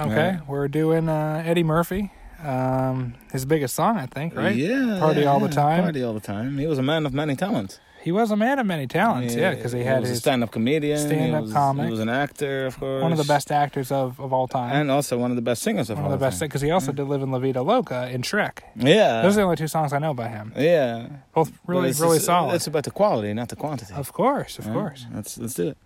Okay, Right. we're doing uh, Eddie Murphy. Um, his biggest song, I think, right? Yeah. Party yeah, all the yeah, time. Party all the time. He was a man of many talents. He was a man of many talents, yeah, because he had was a his stand-up comedian, he stand-up was- comic. He was an actor, of course. one of the best actors of, of all time. and also one of the best singers of one of all the best time. because he also did live in La Vida Loca in Shrek. Yeah. Those are the only two songs I know by him. yeah. Both But really, it's really just- solid. It's about the quality, not the quantity. of course, of Right? course. Let's let's do it.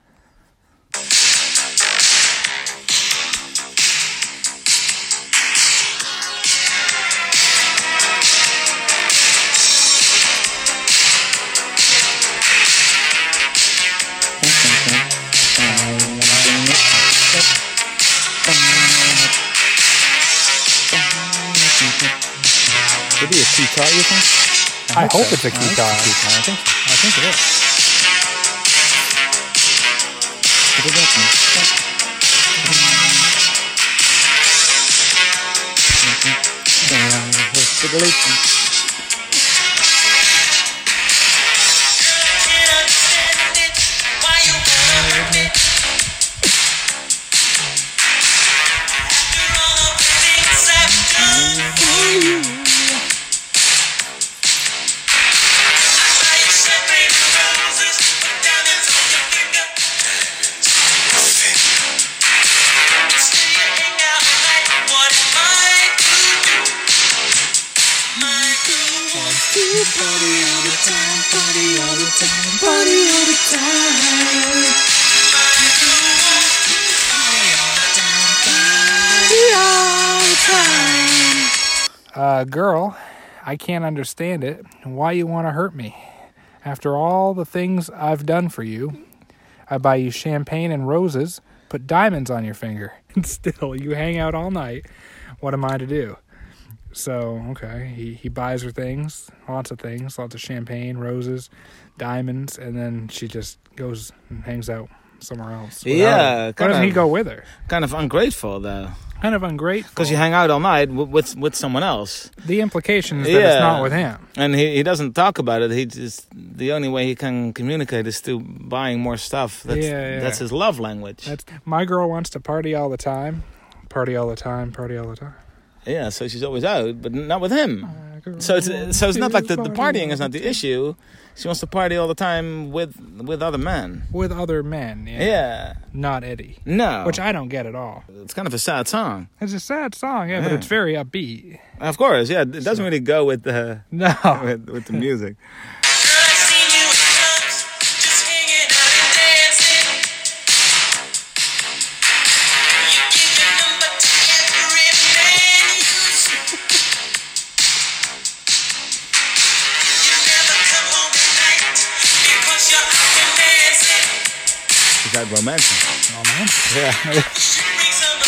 Could be a sitar, you think? I, hope it's a I think guitar. it's a sitar, I think. I think it is. Uh, girl, I can't understand it. Why you want to hurt me? After all the things I've done for you, I buy you champagne and roses, put diamonds on your finger, and still you hang out all night. What am I to do? So okay, he he buys her things, lots of things, lots of champagne, roses, diamonds, and then she just goes and hangs out somewhere else. without Yeah, him. why kind doesn't he of- go with her? Kind of ungrateful though, Kind of ungrateful. because you hang out all night with with, with someone else, the implication is that it's Yeah. not with him. and he, he doesn't talk about it. He just the only way he can communicate is through buying more stuff. That's, Yeah, yeah. that's his love language. That's my girl wants to party all the time, party all the time, party all the time. yeah, so she's always out, but not with him. My girl So it's wants so it's not to like the, the party partying all is not the issue. She wants to party all the time with with other men. with other men. Yeah, Yeah, not Eddie, no, which I don't get at all. it's kind of a sad song. It's a sad song, yeah, but Yeah. it's very upbeat. Of course, yeah, it doesn't really go with the No, with, with the music. Is that romantic? oh, man. Yeah,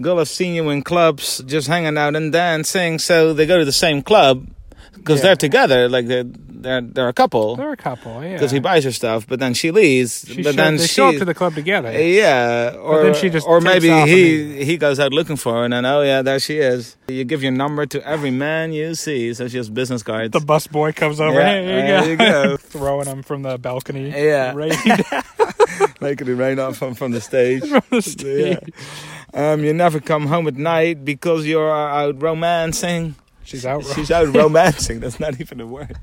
girl, I've seen you in clubs, just hanging out and dancing. So they go to the same club because Yeah. they're together, like they're they're they're a couple. they're a couple, yeah. Because he buys her stuff, but then she leaves. She but show- then they she, show up to the club together. Yeah, or then she just or takes maybe off he immediately. he goes out looking for her, and then oh yeah, there she is. You give your number to every man you see, so she has business cards. the bus boy comes over. Yeah, hey, here you there go. you go. Throwing him from the balcony. Yeah. Right Making it rain off from, from the stage. from the stage. Yeah. Um, you never come home at night because you're uh, out romancing. She's out. She's out romancing. That's not even a word.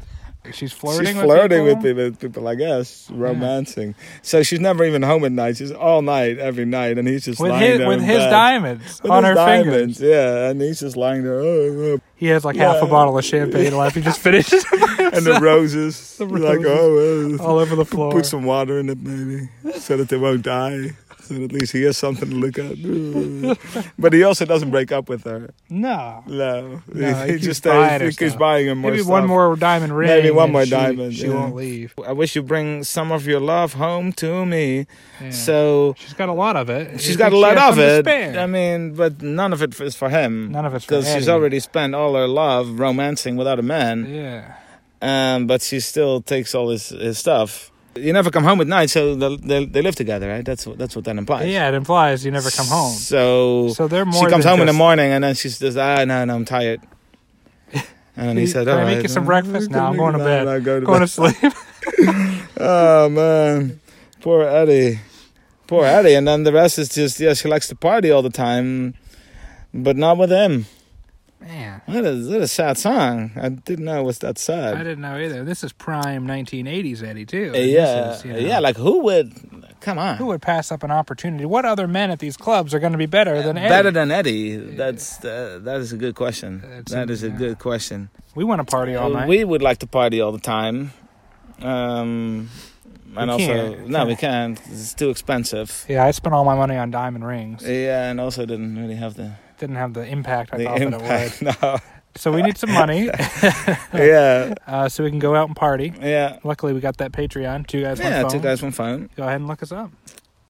She's flirting. she's with flirting people. with people, with people like us, romancing. So she's never even home at night. She's all night, every night, and he's just with lying his there with in his bed. diamonds With on his her diamonds, fingers. Yeah, and he's just lying there. Oh, He has like half Yeah. a bottle of champagne left. He just finishes oh. and the roses, The like oh, oh. all over the floor. put some water in it maybe, so that they won't die. So that at least he has something to look at. but he also doesn't break up with her. No. No, No, he keeps just buying stays, her he keeps stuff. buying him more. Maybe one stuff. more diamond ring. Maybe one and more she- diamond, She yeah. won't leave. I wish you bring some of your love home to me. Yeah. So she's got a lot of it. she's You got think a she lot has of some to it. spare. I mean, but none of it is for him. None of it's for because she's Eddie. already spent all her love romancing without a man. Yeah. Um, but she still takes all his his stuff. You never come home at night, so they, they, they live together, right? That's what that's what that implies. Yeah, it implies you never come home. So, So they're more. she comes than home in the just, morning and then she's just ah no no I'm tired. And then he Can said, I "All make right, you some uh, breakfast? No, I'm going to no, bed. no, go to Going bed. to sleep. Oh man, poor Eddie, poor Eddie. And then the rest is just yeah, she likes to party all the time, but not with him. Man, That is that is a sad song. I didn't know it was that I sad. didn't know either. This is prime 1980s Eddie too. Uh, yeah, This is, you know, yeah. Like who would? Come on, who would pass up an opportunity? What other men at these clubs are going to be better than Eddie? better than Eddie? That's uh, that is a good question. That's That is a yeah. good question. we want to party all Uh, night. We would like to party all the time. Um, and also, can't. no, we can't. It's too expensive. yeah, I spent all my money on diamond rings. Yeah, and also didn't really have the, Didn't have the impact I the thought that it impact. No. would. So we need some money yeah, uh, so we can go out and party. yeah, Luckily, we got that Patreon. Two guys, one yeah. phone. Two guys, one phone. Go ahead and look us up.